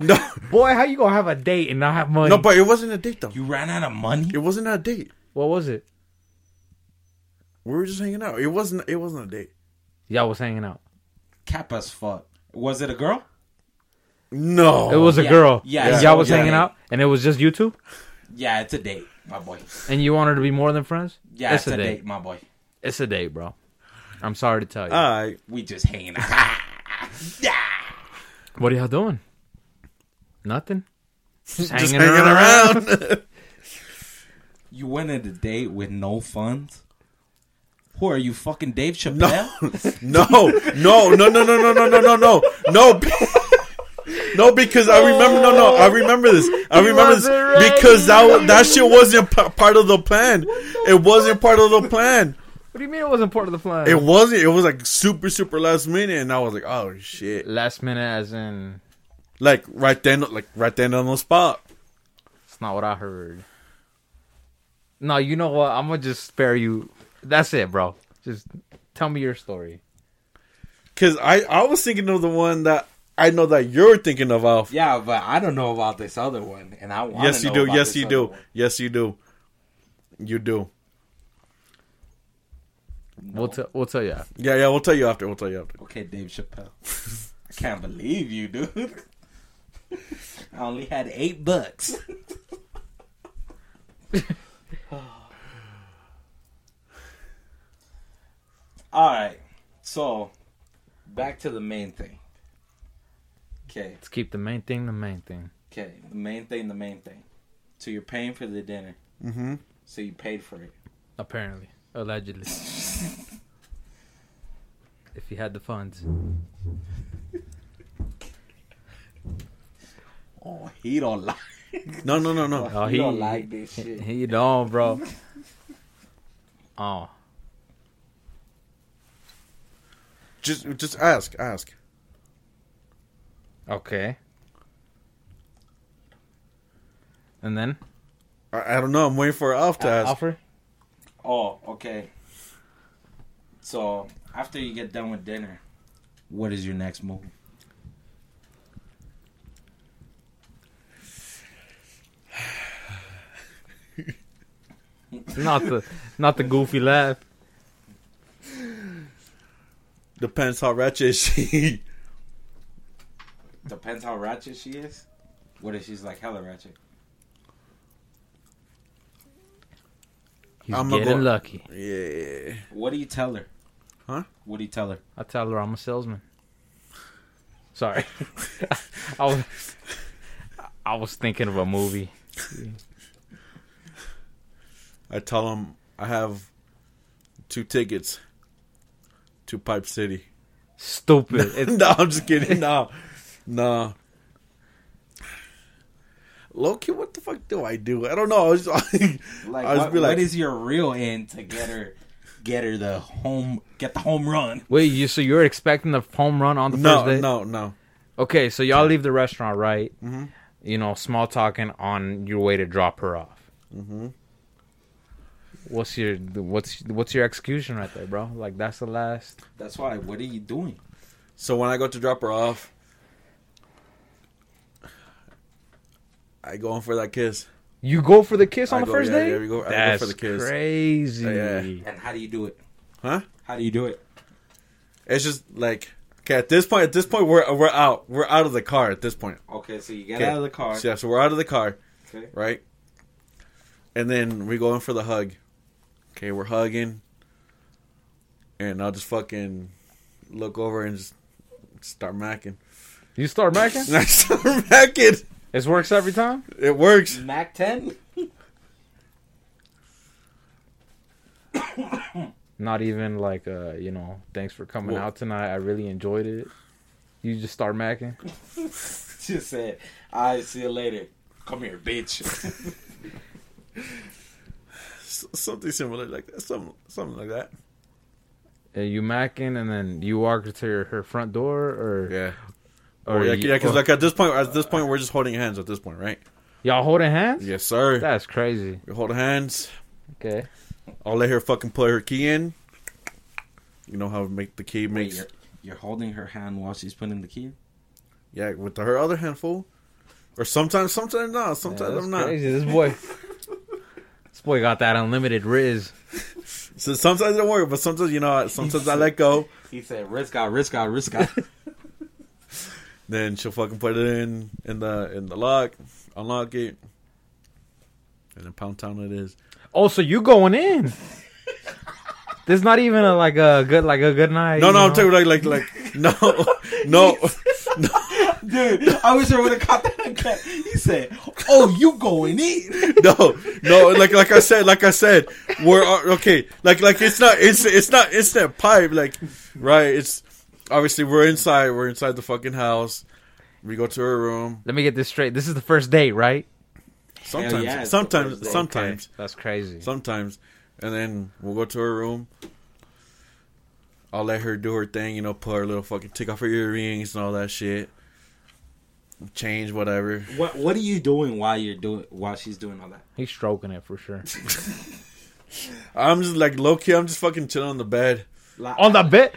No,
Boy, how you gonna have a date and not have money?
no, but it wasn't a date though.
You ran out of money?
It wasn't a date.
what was it?
We were just hanging out. It wasn't. It wasn't a date.
Y'all was hanging out.
Cap as fuck. Was it a girl?
No,
It was a
Oh, Yeah.
girl.
Yeah,
And
it's
y'all
all
was
good.
hanging out, and it was just you two,
Yeah, it's a date, my boy.
and you wanted to be more than friends.
Yeah,
it's, a date.
my boy.
It's a date, bro. I'm sorry to tell you.
All right.
We just hanging out.
what are y'all doing? Nothing. Just
Just hanging around.
you went on a date with no funds? Who are you fucking Dave Chappelle?
No, no, no, no, no, no, no, no, no, no, no, no. be- No, because I remember. No, no, I remember this. I
He
remember this
wasn't ready.
because that wa- that shit wasn't p- part of the plan. It wasn't part of the plan.
What do you mean it wasn't part of the plan?
It wasn't. It was like super, super last minute, and I was like, "Oh shit!"
Last minute, as in,
Like right then, like right then on the spot.
it's not what I heard. No, you know what? I'm gonna just spare you. That's it, bro. Just tell me your story.
Because I, I was thinking of the one that I know that you're thinking of, Alf.
yeah, but I don't know about this other one, and I want.
yes, you do. Yes, you do. Yes, you do. You do.
We'll t- we'll tell you. after.
Yeah, yeah. We'll tell you after. We'll tell you after.
Okay, Dave Chappelle. I can't believe you, dude. I only had eight bucks. All right, so back to the main thing. Okay,
Let's keep the main thing the main thing.
okay, the main thing, the main thing. So you're paying for the dinner.
Mm-hmm.
So you paid for it.
Apparently, allegedly, if you had the funds.
Oh, he don't like.
No, no, no, no.
Oh,
he, don't
he-
like this shit.
He don't, bro. Oh,
Just, just ask, ask.
okay. And then
I, I don't know. I'm waiting for Alf to ask.
Uh, Alfred?
Oh, okay. So after you get done with dinner, what is your next move?
not the not the goofy laugh.
Depends how ratchet she.
Depends how ratchet she is. What if she's like hella ratchet?
He's
I'ma
getting
go-
lucky.
yeah.
What do you tell her?
Huh?
What do you tell her?
I tell her I'm a salesman. Sorry, I was I was thinking of a movie.
I tell him I have two tickets to Pipe City.
Stupid. It's,
no, I'm just kidding. No, no. Loki, what the fuck do I do? I don't know. I was just,
Like,
I was
what,
be like,
what is your real end to get her, get her the home, get the home run?
wait, you so you're expecting the home run on the
no,
first day?
no, no.
Okay, so y'all leave the restaurant, right? Mm-hmm. You know, small talking on your way to drop her off. Mm-hmm. What's your what's what's your execution right there, bro? Like that's the last.
That's why. What are you doing?
So when I go to drop her off, I go in for that kiss.
You go for the kiss on
I
the
go-
first
yeah,
day.
yeah, we go- I go for
that's
the kiss.
crazy.
Yeah.
And how do you do it?
Huh?
How do you do it?
It's just like okay. At this point, at this point, we're we're out. We're out of the car. At this point,
Okay, so you get
Okay.
out of the car.
So, yeah, so we're out of the car,
Okay.
right? And then we go in for the hug. Okay, we're hugging, and I'll just fucking look over and just start macking.
You start macking.
And I start macking.
This works every time.
It works.
Mac ten.
Not even like uh, you know, thanks for coming
Well-
out tonight. I really enjoyed it. You just start macking.
She said, "I see you later. Come here, bitch."
S- something similar like that. Some something like that.
And you macking, and then you walk her to your, her front door, or
Yeah. Oh,
or
yeah,
you-
yeah, because
or-
like at this point, at this point, we're just holding hands. At this point, right?
y'all holding hands.
Yes, sir.
That's crazy.
We hold hands.
Okay.
I'll let her fucking put her key in. You know how make the key
Wait,
makes
you're, you're holding her hand while she's putting the key.
yeah with her other hand full, or sometimes sometimes not. Sometimes
Yeah, that's
I'm not.
Crazy. This boy. this boy got that unlimited riz.
So sometimes it don't work, but sometimes you know I- sometimes I let go.
He said, "Risk out, risk out, risk out."
Then she'll fucking put it in in the in the lock, unlock it, and then pound town it is.
Oh, so you going in? There's not even a like a good like a good night.
No,
you
no, I'm
know?
talking like like like no, no.
Dude, I wish I would have caught that. again. He said, "Oh, you going in?"
no, no, like like I said, like I said, we're uh, okay. Like like it's not it's it's not instant pipe. Like right, it's obviously we're inside. We're inside the fucking house. We go to her room.
Let me get this straight. This is the first date, right?
Sometimes,
yeah, it's the first
sometimes,
day.
sometimes,
Okay, That's crazy.
sometimes, and then we'll go to her room. I'll let her do her thing, you know, put her little fucking take off her earrings and all that shit, change whatever.
What What are you doing while you're doing while she's doing all that?
He's stroking it for sure.
I'm just like low key. I'm just fucking chilling on the bed.
Like,
On the bed?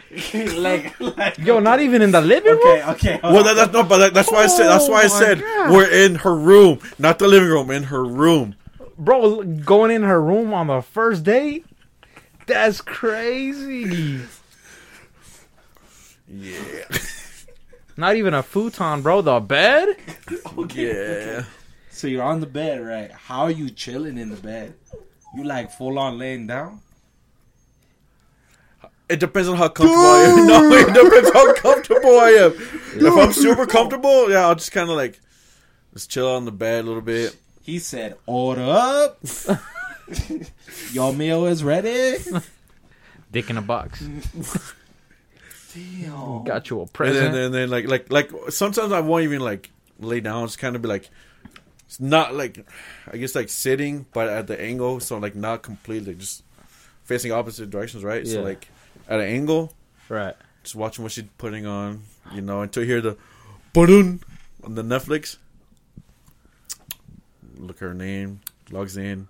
like, like
Yo, not even in the living room.
okay, okay. hold
Well,
on.
that, that's not. But that, that's why I said. That's why
Oh,
I
my
said
God.
we're in her room, not the living room. In her room.
Bro, going in her room on the first date? That's crazy.
Yeah.
Not even a futon, bro. The bed?
Yeah.
So you're on the bed, right? How are you chilling in the bed? You like full on laying down?
It depends on how comfortable I am. No, it depends how comfortable I am. If I'm super comfortable, yeah, I'll just kind of like just chill on the bed a little bit.
He said, "Order up." Your meal is ready.
Dick in a box.
Damn.
Got you a
And
present.
then, and then like like like sometimes I won't even like lay down. Just kind of be like, it's not like I guess like sitting, but at the angle, so like not completely just facing opposite directions, right?
Yeah.
So like at an angle.
right.
just watching what she's putting on, you know, until you hear the button on the Netflix. Look her name, logs in,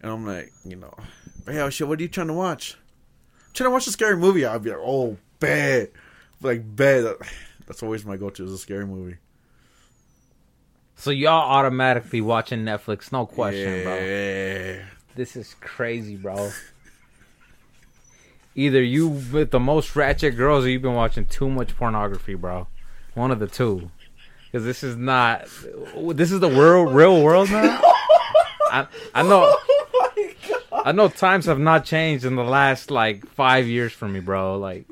and I'm like, you know, hey, oh shit, what are you trying to watch? trying to watch a scary movie. I'll be like, oh, bad, like bad. That's always my go-to is a scary movie.
So y'all automatically watching Netflix, no question, bro.
yeah.
This is crazy, bro. Either you with the most ratchet girls, or you've been watching too much pornography, bro. One of the two, because this is not. This is the world, real world now. I, I know. I know times have not changed in the last like five years for me, bro. Like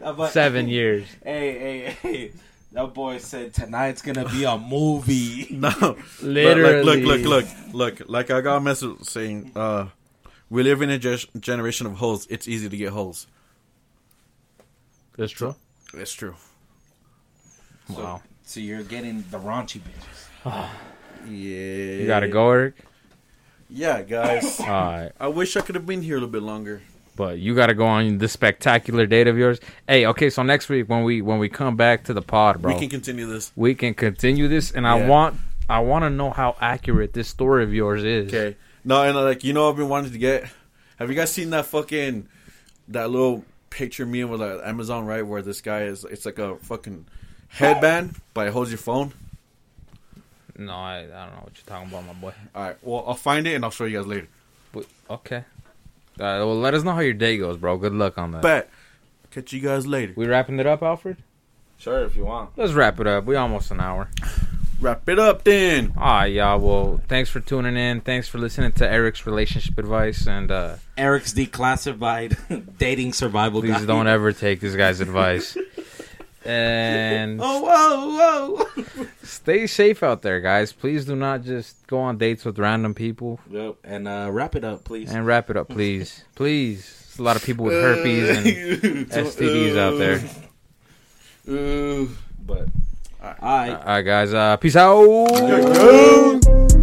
Uh,
seven years.
Hey, hey, hey. That boy said tonight's gonna be a movie.
No,
Literally.
Look, look, look, look, look. Like I got a message saying, uh, "We live in a ge- generation of holes. It's easy to get holes."
That's true.
That's true.
Wow.
So you're getting the raunchy bitches.
Yeah.
You gotta go, Eric.
Yeah, guys.
All right.
I wish I could have been here a little bit longer.
but you got to go on this spectacular date of yours. Hey, okay, so next week when we when we come back to the pod, bro,
We can continue this.
continue this, and I
Yeah.
want I want to know how accurate this story of yours is.
Okay. No, and uh, like you know, I've been wanting to get. Have you guys seen that fucking that little picture meme with uh, Amazon right where this guy is? It's like a fucking headband, but it holds your phone.
No, I, I don't know what you're talking about, my boy.
All right. Well, I'll find it and I'll show you guys later.
But, okay. Uh, well, let us know how your day goes, bro. Good luck on that.
Bet. Catch you guys later.
we wrapping it up, Alfred?
Sure, if you want.
Let's wrap it up. We almost an hour.
Wrap it up then.
All right, y'all. Well, thanks for tuning in. Thanks for listening to Eric's relationship advice, and uh,
Eric's declassified dating survival
please
guide.
don't ever take this guy's advice. And
Oh, whoa, whoa.
stay safe out there, guys. Please do not just go on dates with random people
Yep. And uh, wrap it up, please.
and wrap it up, please. please. There's a lot of people with herpes and STDs out there.
Ooh. But all right.
All right, guys. Uh, peace out.
Yo, yo.